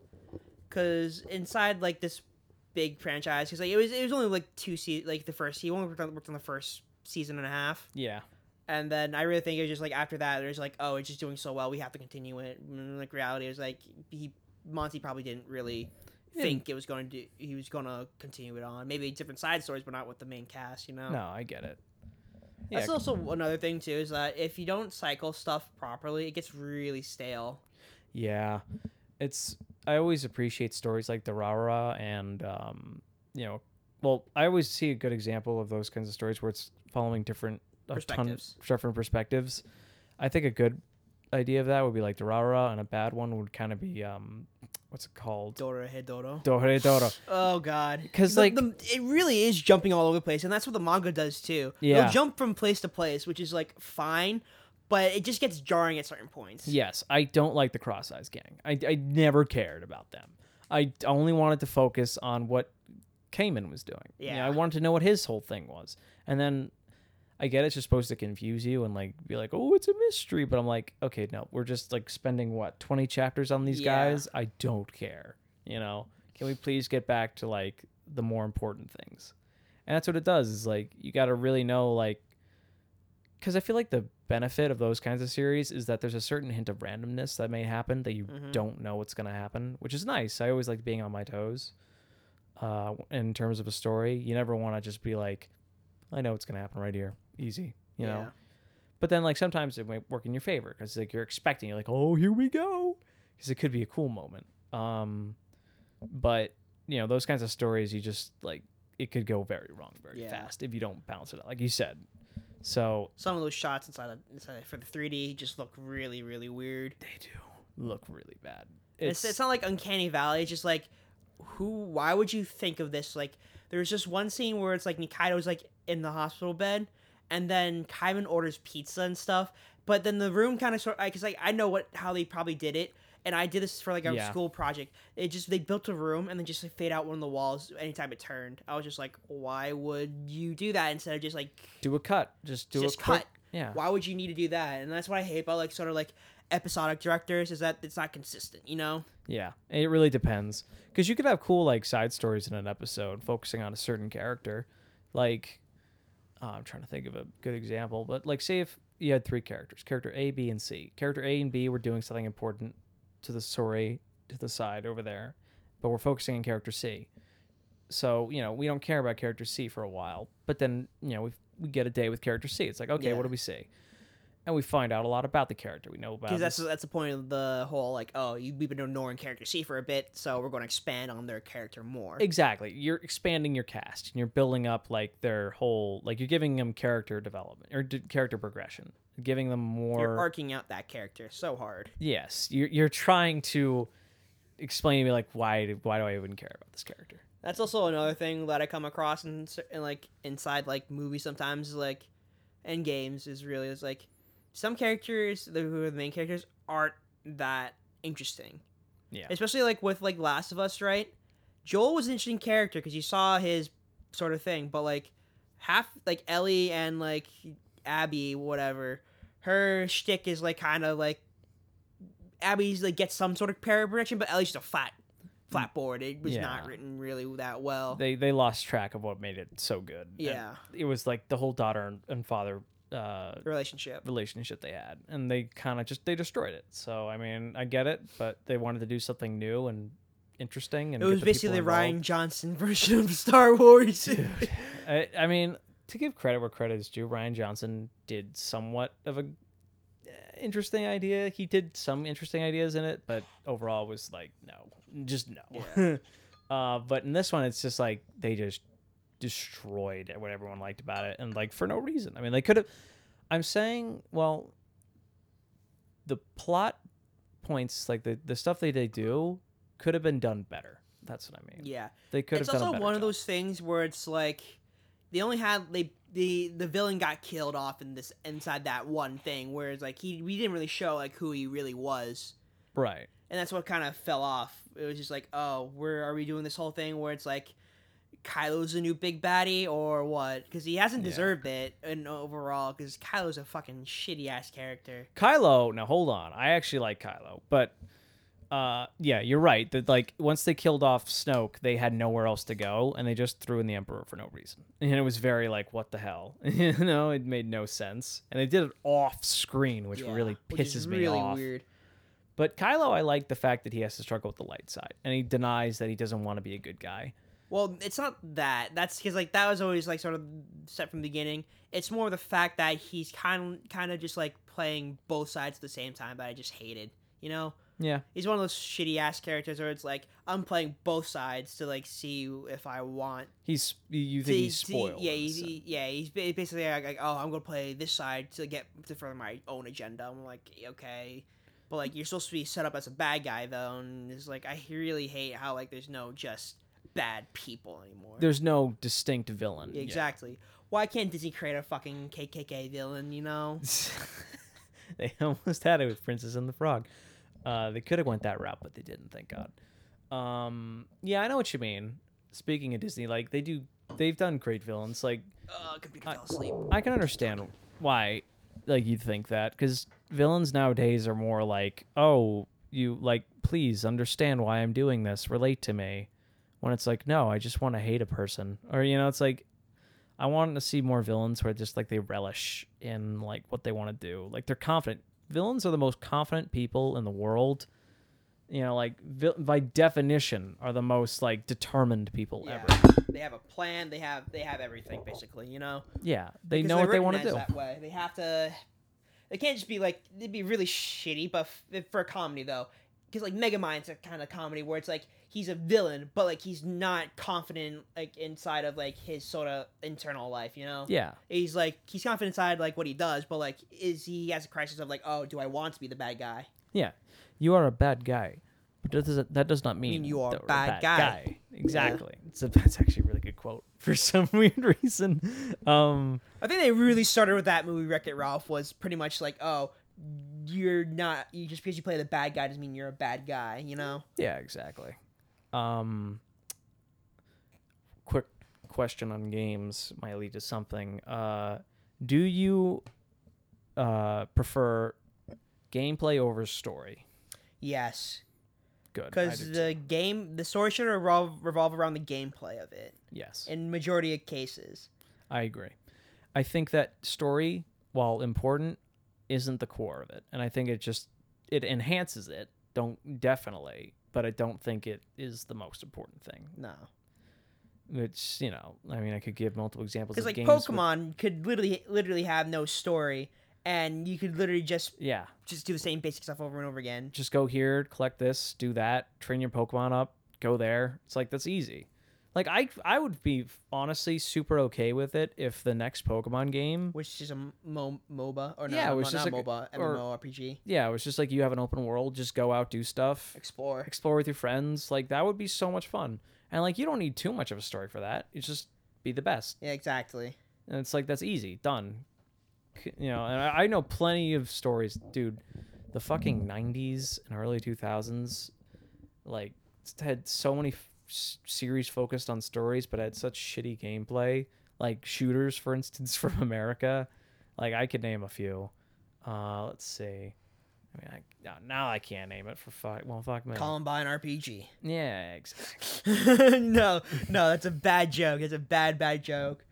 because inside like this big franchise because like it was it was only like two se- like the first he only worked on, worked on the first season and a half
Yeah.
and then i really think it was just like after that there's like oh it's just doing so well we have to continue it and, like reality is like he monty probably didn't really
Yeah.
think it was going to do he was going to continue it on maybe different side stories but not with the main cast you know
No, I get it. Yeah,
that's also another thing too is that if you don't cycle stuff properly it gets really stale
yeah. It's I always appreciate stories like Durara and um, you know, well, I always see a good example of those kinds of stories where it's following different a ton of
Perspectives.
different perspectives. I think a good idea of that would be like Durarara, and a bad one would kind of be um, what's it called?
Dora Hedoro.
Dohre Doro.
Oh god.
'Cause,
The-
like-
the- it really is jumping all over the place, and that's what the manga does too.
Yeah.
It'll jump from place to place, which is like fine, but it just gets jarring at certain points.
Yes, I don't like the Cross Eyes Gang. I, I never cared about them. I d- only wanted to focus on what Cayman was doing. You know,
Yeah.
I wanted to know what his whole thing was. And then I get it's just supposed to confuse you and like be like, oh, it's a mystery. But I'm like, okay, no, we're just like spending what, 20 chapters on these
Yeah.
guys? I don't care. You know, can we please get back to like the more important things? And that's what it does is like, you got to really know, like, because I feel like the benefit of those kinds of series is that there's a certain hint of randomness that may happen that you
Mhm.
don't know what's going to happen, which is nice. I always like being on my toes uh, in terms of a story. You never want to just be like, I know what's going to happen right here. Easy, you know?
Yeah.
But then, like, sometimes it might work in your favor because, like, you're expecting, you're like, oh, here we go. Because it could be a cool moment. Um, but, you know, those kinds of stories, you just, like, it could go very wrong very
Yeah.
fast if you don't balance it out, like you said. So
Some of those shots inside, of, inside for the 3D just look really, really weird.
they do look really bad.
It's, it's, not like Uncanny Valley. It's just like, who? Why would you think of this? Like, there's just one scene where it's like Nikaido's like in the hospital bed, and then Kaiman orders pizza and stuff. But then the room kind of sort because like I know what how they probably did it, and I did this for like a
Yeah.
school project. It just they built a room and then just like, fade out one of the walls anytime it turned. I was just like, why would you do that instead of just like
do a cut. Just do
just
a quick,
cut?
Yeah,
Why would you need to do that? And that's what I hate about like sort of like episodic directors is that it's not consistent. You know?
yeah. It really depends because you could have cool like side stories in an episode focusing on a certain character. Like, uh, I'm trying to think of a good example, but like, say if you had three characters, character A, B, and C. Character A and B were doing something important to the story to the side over there, but we're focusing on character C. So you know we don't care about character C for a while, but then you know we we get a day with character C. It's like okay,
Yeah.
what do we see? And we find out a lot about the character. We know about
Because that's
this-
that's the point of the whole like oh you, we've been ignoring character C for a bit so we're going to expand on their character more.
Exactly. You're expanding your cast and you're building up like their whole like you're giving them character development or d- character progression, giving them more.
You're arcing out that character so hard.
yes, you're you're trying to explain to me like why do- why do I even care about this character?
That's also another thing that I come across in, cer- in like inside like movies sometimes like and games is really is like some characters the, who are the main characters aren't that interesting.
Yeah.
Especially like with like Last of Us, right? Joel was an interesting character because you saw his sort of thing, but like half like Ellie and like Abby, whatever, her shtick is like kind of like Abby's like gets some sort of character progression, but Ellie's just a flat, flat board. It was
Yeah.
not written really that well.
They they lost track of what made it so good. And
yeah,
it was like the whole daughter and, and father uh,
relationship.
relationship they had, and they kind of just they destroyed it. So I mean, I get it, but they wanted to do something new and interesting. And
It
get
was
the people
basically the
involved.
Ryan Johnson version of Star Wars.
I, I mean, to give credit where credit is due, Ryan Johnson did somewhat of a uh, interesting idea. He did some interesting ideas in it, but overall was like no, just no. uh, but in this one, it's just like they just destroyed what everyone liked about it, and like for no reason. I mean, they could have. I'm saying, well, the plot points, like the the stuff that they do, could have been done better. That's what I mean.
yeah,
They could have
it's
done a
also
better
one of
job.
those things where it's like they only had they the the villain got killed off in this inside that one thing whereas like he we didn't really show like who he really was
right.
and that's what kind of fell off it was just like oh where are we doing this whole thing where it's like Kylo's the new big baddie or what because he hasn't
Yeah.
deserved it and overall because Kylo's a fucking shitty ass character
Kylo, now hold on. I actually like Kylo, but uh yeah, you're right. That like once they killed off Snoke, they had nowhere else to go and they just threw in the Emperor for no reason. And it was very like what the hell? you know, it made no sense. And they did it off screen, which
Yeah,
really pisses
which is
me
really
off.
weird
But Kylo, I like the fact that he has to struggle with the light side and he denies that he doesn't want to be a good guy.
Well, it's not that. That's because like that was always like sort of set from the beginning. It's more the fact that he's kind kind of just like playing both sides at the same time that I just hated. You know,
Yeah.
He's one of those shitty ass characters where it's like I'm playing both sides to like see if I want.
He's you think
to-
he's
to-
spoiled.
yeah,
in a
he's,
sense.
he- yeah. He's ba- basically like, like, oh, I'm gonna play this side to get to further my own agenda. I'm like, okay, but like you're supposed to be set up as a bad guy though, and it's like I really hate how like there's no just bad people anymore.
There's no distinct villain.
Yeah, exactly. Why can't Disney create a fucking KKK villain? You know.
they almost had it with Princess and the Frog. Uh, they could have went that route, but they didn't. Thank God. Um, yeah, I know what you mean. Speaking of Disney, like they do, they've done great villains. Like
Uh, computer
I-
fell asleep.
I can understand why, like you'd think that because villains nowadays are more like, oh, you like, please understand why I'm doing this, relate to me. When it's like, no, I just want to hate a person, or you know, it's like, I want to see more villains where just like they relish in like what they want to do, like they're confident. Villains are the most confident people in the world. You know, like vil- by definition, are the most like determined people
Yeah.
ever.
They have a plan. They have they have everything basically. You know.
Yeah, they
Because
know
they're
what they
written
want to
as
do.
That way, they have to. They can't just be like it'd be really shitty, but f- for a comedy though, because like Megamind's a kind of comedy where it's like he's a villain, but like he's not confident like inside of like his sort of internal life, you know.
Yeah,
He's like he's confident inside like what he does, but like is he has a crisis of like oh do I want to be the bad guy?
Yeah, you are a bad guy, but that doesn't that does not mean,
you are
that
a
we're
bad guy.
Exactly. So that's actually a really good quote for some weird reason. Um,
I think they really started with that movie Wreck It Ralph was pretty much like oh you're not you just because you play the bad guy doesn't mean you're a bad guy, you know.
yeah, exactly. Um, quick question on games might lead to something. Uh, do you uh, prefer gameplay over story?
Yes.
Good. I do
because
too.
the game the story should revolve, revolve around the gameplay of it
yes,
in majority of cases
I agree. I think that story, while important, isn't the core of it, and I think it just it enhances it. Don't definitely, but I don't think it is the most important thing.
no
Which you know, I mean, I could give multiple examples
because
of
like
games with-
pokemon could literally literally have no story and you could literally just
yeah,
just do the same basic stuff over and over again
just go here, collect this, do that, train your Pokemon up, go there. It's like that's easy. Like I, I would be honestly super okay with it if the next Pokemon game
which is a m- mo- moba or no,
Yeah,
yeah,
it
which
was
is
just
not
like-
moba
or-
mmorpg
yeah, it was just like you have an open world, just go out, do stuff,
explore
explore with your friends. Like that would be so much fun. And like you don't need too much of a story for that. It's just be the best.
yeah exactly
And it's like that's easy, done. You know, and I, I know plenty of stories, dude. The fucking '90s and early 2000s, like had so many f- s- series focused on stories, but had such shitty gameplay. Like shooters, for instance, from America. Like I could name a few. Uh, let's see. I mean, I, now- now I can't name it for fuck. Well, fuck me.
columbine rpg
Yeah, exactly.
no, no, that's a bad joke. It's a bad, bad joke.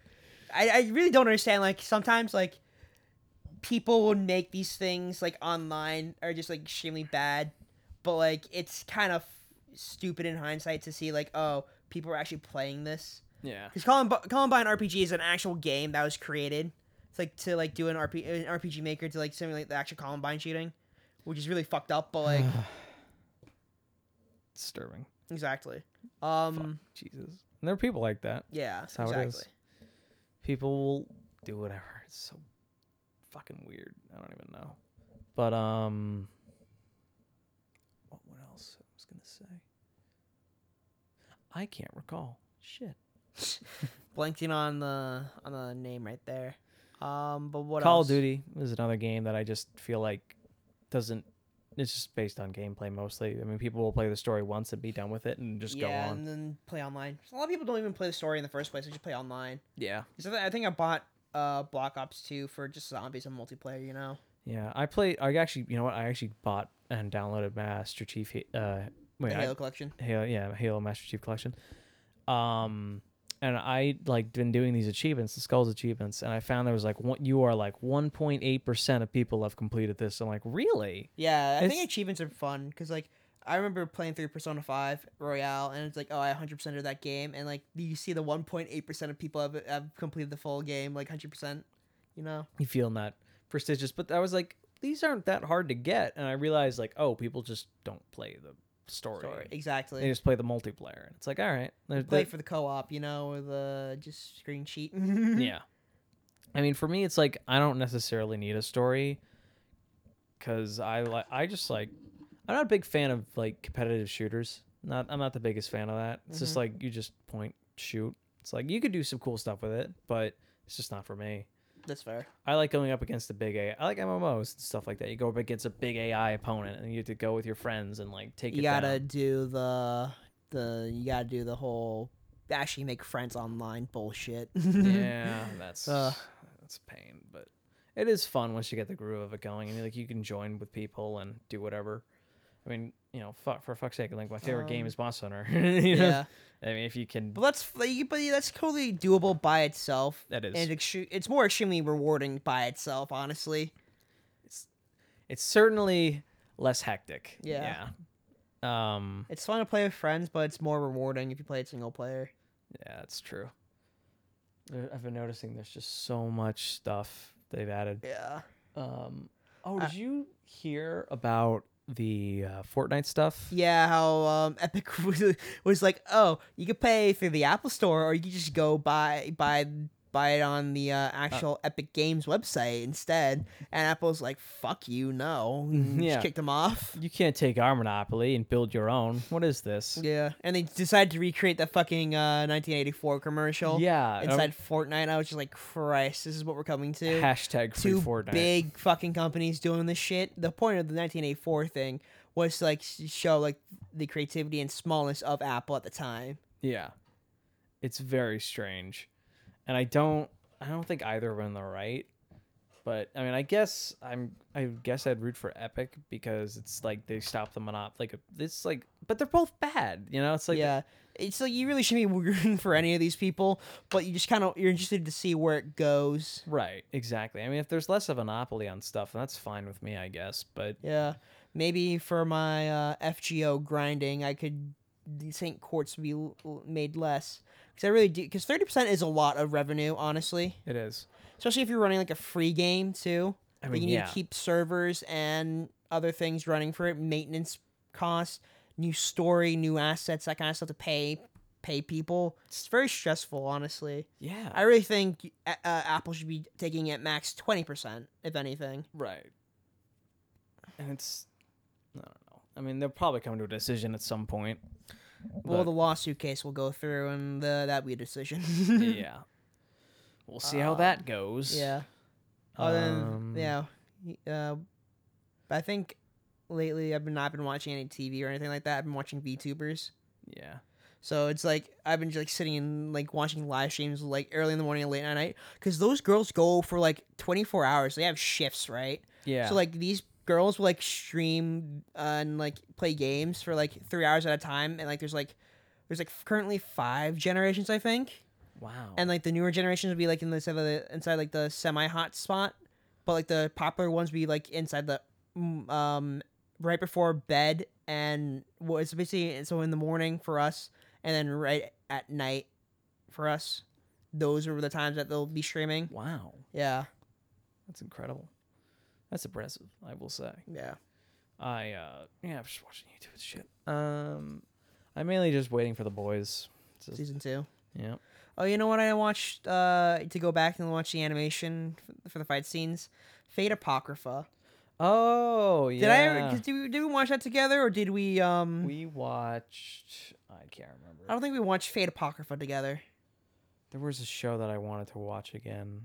I, I really don't understand. Like sometimes, like people would make these things like online are just like extremely bad, but like it's kind of stupid in hindsight to see like oh people are actually playing this
Yeah.
because Columb- Columbine RPG is an actual game that was created. It's like to like do an, RP- an RPG maker to like simulate the actual Columbine shooting, which is really fucked up. But like
Disturbing.
exactly, um,
Jesus. And there are people like that.
yeah,
That's how it
exactly.
is. People will do whatever. It's so fucking weird. I don't even know. But um what what else I was gonna say? I can't recall. Shit.
blanking on the on the name right there. Um, but what
Call
else?
of Duty is another game that I just feel like doesn't it's just based on gameplay mostly. I mean people will play the story once and be done with it and just
yeah,
go on.
and then play online. A lot of people don't even play the story in the first place; they just play online.
Yeah.
'Cause I thi- I think I bought uh Black Ops Two for just zombies and multiplayer. You know,
Yeah, I play. I actually, you know what? I actually bought and downloaded Master Chief. Ha- Uh,
the
wait, I-
Halo collection.
Halo, yeah, Halo Master Chief Collection. Um, and I like been doing these achievements, the Skulls achievements, and I found there was like one, you are like 1.8 percent of people have completed this. I'm like, really?
Yeah, I
It's-
think achievements are fun because like I remember playing through Persona Five Royale, and it's like, oh, I 100 percent of that game, and like you see the 1.8 percent of people have, have completed the full game, like 100 percent. You know,
You feel not prestigious, but I was like, these aren't that hard to get. And I realized like, oh, people just don't play the story.
Story. Exactly.
They just play the multiplayer, and it's like, all right, there-
play
there-
for the co-op, you know, or the just screen sheet.
yeah. I mean, for me, it's like I don't necessarily need a story because I like I just like I'm not a big fan of like competitive shooters. Not I'm not the biggest fan of that. It's just
Mhm.
like you just point shoot. It's like you could do some cool stuff with it, but it's just not for me.
That's fair.
I like going up against the big AI. I like MMOs and stuff like that. You go up against a big AI opponent, and you have to go with your friends and like take
You
it
gotta
down.
do the the you gotta do the whole actually make friends online bullshit.
yeah, that's
Mm-hmm. Ugh.
that's a pain, but it is fun once you get the groove of it going, and like you can join with people and do whatever. I mean, you know, fuck, for fuck's sake, like my favorite game
Um,
is Boss Hunter. you know?
Yeah.
I mean, if you can,
But that's but you- but that's totally doable by itself.
that is.
And it's, extre- it's more extremely rewarding by itself, honestly.
it's certainly less hectic.
Yeah.
Yeah. Um.
It's fun to play with friends, but it's more rewarding if you play it single player.
Yeah, that's true. There- I've been noticing there's just so much stuff they've added.
Yeah.
Um, oh,
I-
did you hear about the uh, Fortnite stuff?
Yeah, how um, Epic was, was like, oh, you could pay through the Apple Store, or you could just go buy buy buy it on the uh, actual Epic Games website instead. And Apple's like, fuck you, no, and
Yeah.
just kicked them off.
You can't take our monopoly and build your own. What is this?
Yeah, and they decided to recreate that fucking uh, 1984 commercial
Yeah, um, and I'm-
inside Fortnite. I was just like, Christ, this is what we're coming to.
hashtag free
two
Fortnite.
big fucking companies doing this shit. The point of the 1984 thing was to, like s- show like the creativity and smallness of Apple at the time.
Yeah, it's very strange, and I don't. I don't think either of them are right. But I mean, I guess I'm. I guess I'd root for Epic because it's like they stop the monop. Like it's like, but they're both bad. You know, it's like
yeah, it's like you really shouldn't be rooting for any of these people, but you just kind of you're interested to see where it goes.
Right, exactly. I mean, if there's less of a monopoly on stuff, then that's fine with me, I guess. But
Yeah, maybe for my uh, FGO grinding, I could the St. Courts would be l- l- made less because I really do because thirty percent is a lot of revenue, honestly,
it is.
especially if you're running like a free game too.
I
But
mean,
you need
yeah,
to keep servers and other things running for it, maintenance costs, new story, new assets, that kind of stuff to pay pay people. It's very stressful, honestly.
yeah,
I really think uh, uh, Apple should be taking at max twenty percent, if anything.
right. And it's, I don't know. I mean, they'll probably come to a decision at some point.
Well, the
but-
lawsuit case will go through, and the, that'll be a decision.
yeah, we'll see how
Um,
that goes.
yeah. Other
Um,
than yeah, y- uh, I think lately I've been not been watching any TV or anything like that. I've been watching VTubers.
yeah,
So it's like I've been just like sitting and like watching live streams like early in the morning and late at night because those girls go for like 24 hours. They have shifts, right?
yeah.
So like these girls will like stream uh, and like play games for like three hours at a time, and like there's like there's like currently five generations, I think,
wow.
and like the newer generations would be like in the inside, of the, inside like the semi hot spot, but like the popular ones would be like inside the mm, um right before bed and well, it's basically so in the morning for us and then right at night for us. Those are the times that they'll be streaming.
wow,
Yeah,
that's incredible. That's impressive, I will say.
yeah.
I uh yeah, I'm just watching YouTube and shit. Um, I'm mainly just waiting for the boys. Just,
Season two.
yeah.
Oh, you know what I watched uh, to go back and watch the animation f- for the fight scenes? Fate Apocrypha.
Oh,
Did
yeah.
I ever? 'cause Did we, did we watch that together, or did we? Um,
we watched. I can't remember.
I don't think we watched Fate Apocrypha together.
there was a show that I wanted to watch again.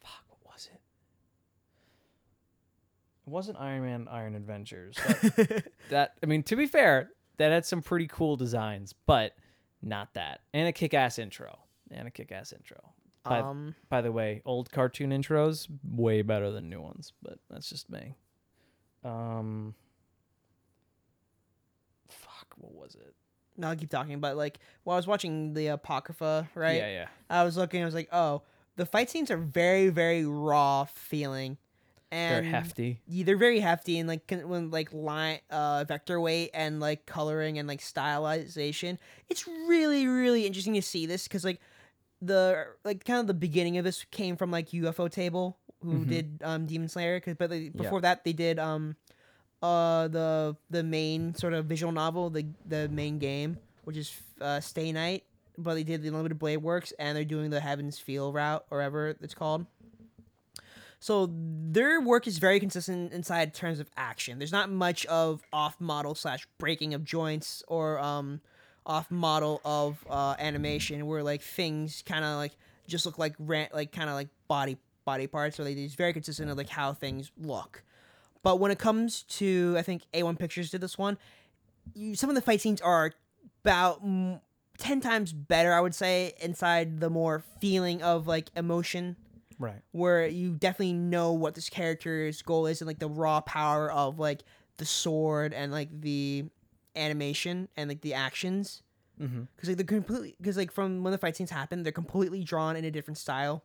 Fuck, what was it? It wasn't Iron Man Iron Adventures. That, that- I mean, to be fair, that had some pretty cool designs, but not that. And a kick-ass intro. And a kick-ass intro. By,
um,
by the way, old cartoon intros way better than new ones, but that's just me. Um, fuck, what was it?
no, I'll keep talking. But like, while I was watching the Apocrypha, right?
Yeah, yeah.
I was looking. I was like, oh, the fight scenes are very, very raw feeling,
They're
and
hefty.
yeah, they're very hefty and like con- when like line uh vector weight and like coloring and like stylization it's really really interesting to see this because like the like kind of the beginning of this came from like ufo table who
Mhm.
did um, Demon Slayer. 'cause- but they,
Yeah.
before that, they did um, uh, the the main sort of visual novel, the the main game, which is uh, Stay Night. But they did the Unlimited Blade Works, and they're doing the Heaven's Feel route, or whatever it's called. So their work is very consistent inside terms of action. There's not much of off model slash breaking of joints or um, off model of uh, animation where like things kind of like just look like ran- like kind of like body body parts. So they it's very consistent of like how things look. But when it comes to I think A1 Pictures did this one. You, some of the fight scenes are about mm, ten times better, I would say, inside the more feeling of like emotion
Right.
where you definitely know what this character's goal is and like the raw power of like the sword and like the animation and like the actions
Mm-hmm.
because like they're completely because like from when the fight scenes happen they're completely drawn in a different style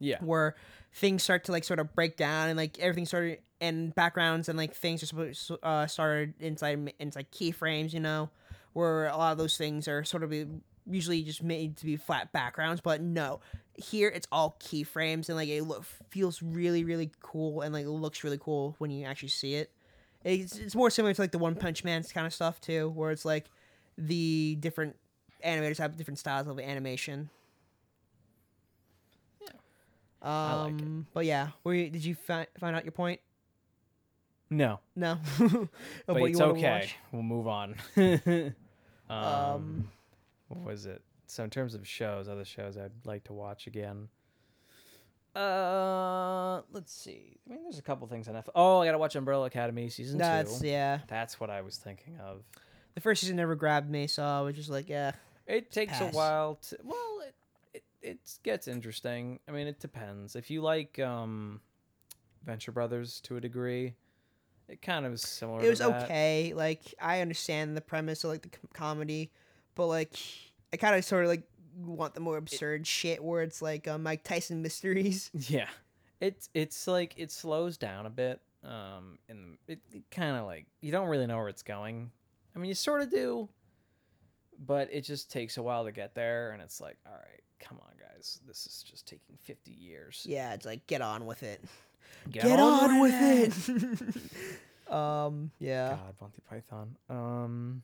Yeah.
where things start to like sort of break down and like everything started and backgrounds and like things are supposed uh, started inside inside keyframes you know where a lot of those things are sort of be- usually just made to be flat backgrounds but no here it's all keyframes and like it lo- feels really really cool and like it looks really cool when you actually see it it's, it's more similar to like the one punch man's kind of stuff too where it's like the different animators have different styles of animation um,
like it.
But yeah, were you, did you fi- find out your point?
No,
No. of
Oh, but it's
wanna
okay. We'll move on. um,
watch? Um,
what was it? So in terms of shows, other shows I'd like to watch again. Uh, let's see. I mean, there's a couple things on Netflix. Oh, I gotta watch Umbrella Academy season
that's
two.
yeah.
That's what I was thinking of.
The first season never grabbed me, so I was just like, yeah,
It takes
Pass.
a while to. Well, it, it it gets interesting. I mean, it depends. If you like um, Venture Brothers to a degree, it kind of is similar.
it was
to that.
okay. Like I understand the premise of like the com- comedy, but like I kind of sort of like want the more absurd shit where it's like uh, Mike Tyson mysteries.
Yeah, it's it's like it slows down a bit. Um, and it, it kind of like you don't really know where it's going. I mean, you sort of do, but it just takes a while to get there. And it's like, all right, come on, guys, this is just taking fifty years.
Yeah, it's like get on with it.
Get,
it. um, yeah.
God, Monty Python. Um,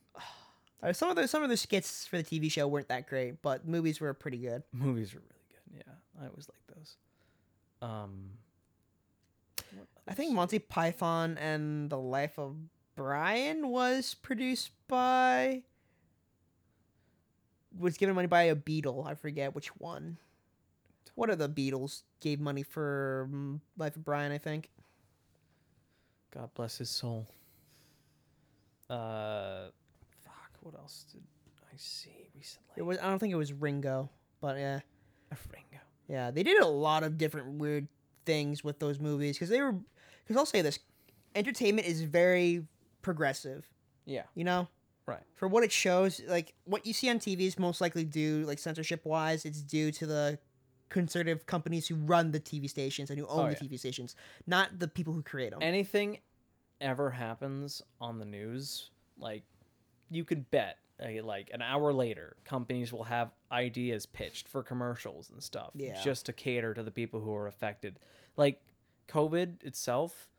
Uh, Some of the some of the skits for the TV show weren't that great, but movies were pretty good.
movies are really good. Yeah, I always like those. Um, what
I think
others?
Monty Python and the Life of Brian was produced by was given money by a Beatle. I forget which one. One of the Beatles gave money for mm, Life of Brian, I think.
God bless his soul. Uh, fuck. What else did I see recently?
It was I don't think it was Ringo, but yeah.
a Ringo.
Yeah, they did a lot of different weird things with those movies because they were. Because I'll say this, entertainment is very progressive.
Yeah.
You know.
Right.
For what it shows, like what you see on TV is most likely due, like censorship wise, it's due to the conservative companies who run the TV stations and who own
Oh,
the
yeah.
TV stations, not the people who create
Um,
them.
Anything ever happens on the news, like you could bet, uh, like an hour later, companies will have ideas pitched for commercials and stuff,
Yeah.
just to cater to the people who are affected. Like COVID itself,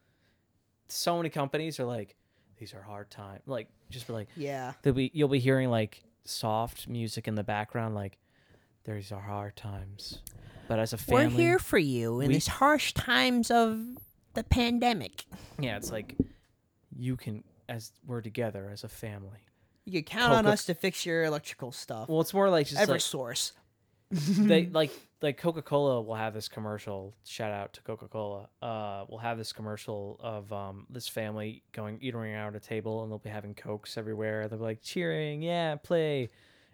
so many companies are like, "These are hard times." Like, just be like.
yeah.
they'll be you'll be hearing like soft music in the background like there's our hard times but as a family
for you
in we- these
harsh times of the pandemic.
yeah it's like you can as we're together as a family
You can count on
Coca-
us to fix your electrical stuff.
well it's more like just
Ever
like
source.
they like like coca-cola will have this commercial shout out to coca-cola uh will have this commercial of um this family going eating around a table and they'll be having cokes everywhere they'll be like cheering yeah play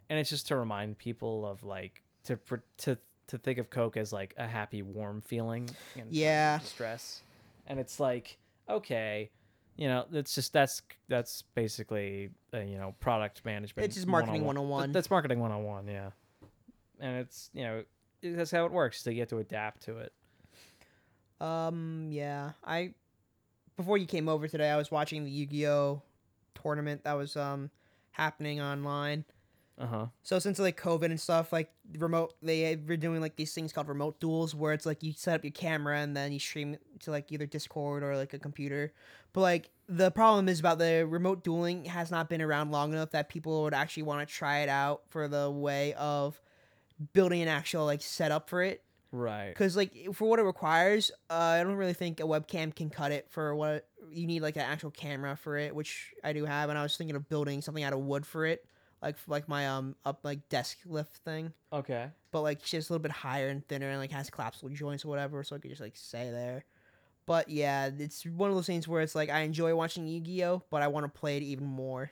and it's just to remind people of like to pr- to to think of coke as like a happy warm feeling and um,
Yeah.
stress and it's like okay you know that's just that's that's basically uh, you know product management
It's just marketing
101.
101.
Th- that's marketing 101 yeah and it's you know it- that's how it works so you have to adapt to it
Um, yeah. I before you came over today, I was watching the Yu-Gi-Oh tournament that was um happening online.
Uh huh.
So since like COVID and stuff, like remote, they were doing like these things called remote duels, where it's like you set up your camera and then you stream it to like either Discord or like a computer. But like the problem is about the remote dueling has not been around long enough that people would actually want to try it out for the way of building an actual like setup for it.
Right.
Because like for what it requires, uh, I don't really think a webcam can cut it. For what you need, like an actual camera for it, which I do have, and I was thinking of building something out of wood for it, like like my um up like desk lift thing,
Okay.
but like just a little bit higher and thinner, and like has collapsible joints or whatever, so I could just like stay there. But yeah, it's one of those things where it's like I enjoy watching Yu-Gi-Oh, but I want to play it even more.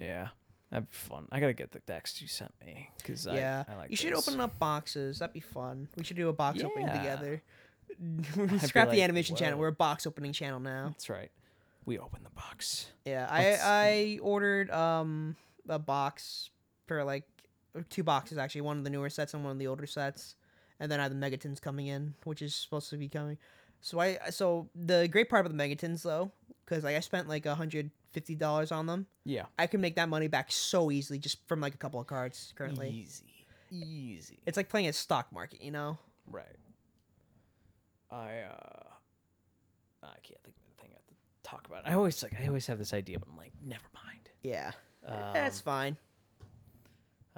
Yeah. That'd be fun. I gotta get the decks you sent me because
yeah,
I, I like.
you should
those.
open up boxes. That'd be fun. We should do a box opening
Yeah.
together.
be
Scrap
like,
the animation channel.
"Whoa."
We're a box opening channel now.
That's right. We open the box.
Yeah,
Let's-
I I ordered um a box for like uh, two boxes actually, one of the newer sets and one of the older sets, and then I have the Megatons coming in, which is supposed to be coming. So I so the great part about the Megatons though, because like I spent like hundred fifty dollars on them,
Yeah.
I can make that money back so easily just from like a couple of cards currently.
Easy. Easy.
It's like playing a stock market, you know.
Right. I uh I can't think of anything I have to talk about. I always like I always have this idea, but I'm like, never mind.
Yeah,
Um,
that's Eh, fine.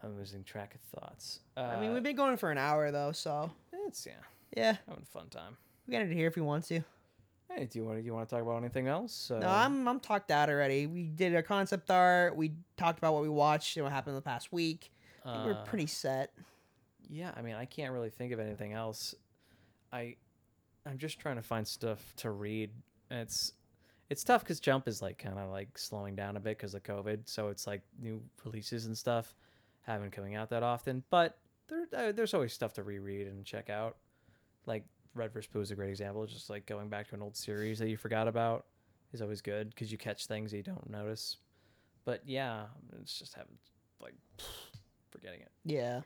I'm losing track of thoughts. Uh,
I mean, we've been going for an hour though, so
it's yeah,
yeah,
having a fun time.
we can end it here if we want to.
Hey, do you want to you want to talk about anything else? Uh,
No, I'm I'm talked out already. We did our concept art. We talked about what we watched and what happened in the past week. I think we're
uh,
pretty set.
Yeah, I mean, I can't really think of anything else. I I'm just trying to find stuff to read. and It's it's tough because Jump is like kind of like slowing down a bit because of COVID, so it's like new releases and stuff haven't coming out that often. But there uh, there's always stuff to reread and check out. Like Red vs. Blue is a great example. It's just like going back to an old series that you forgot about is always good because you catch things that you don't notice. But yeah, it's just having like forgetting it.
Yeah.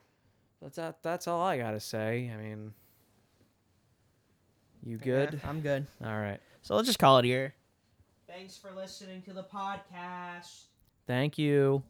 That's that, that's all I gotta say. I mean, you good?
Yeah, I'm good.
All right.
So let's just call it here. Thanks for listening to the podcast.
Thank you.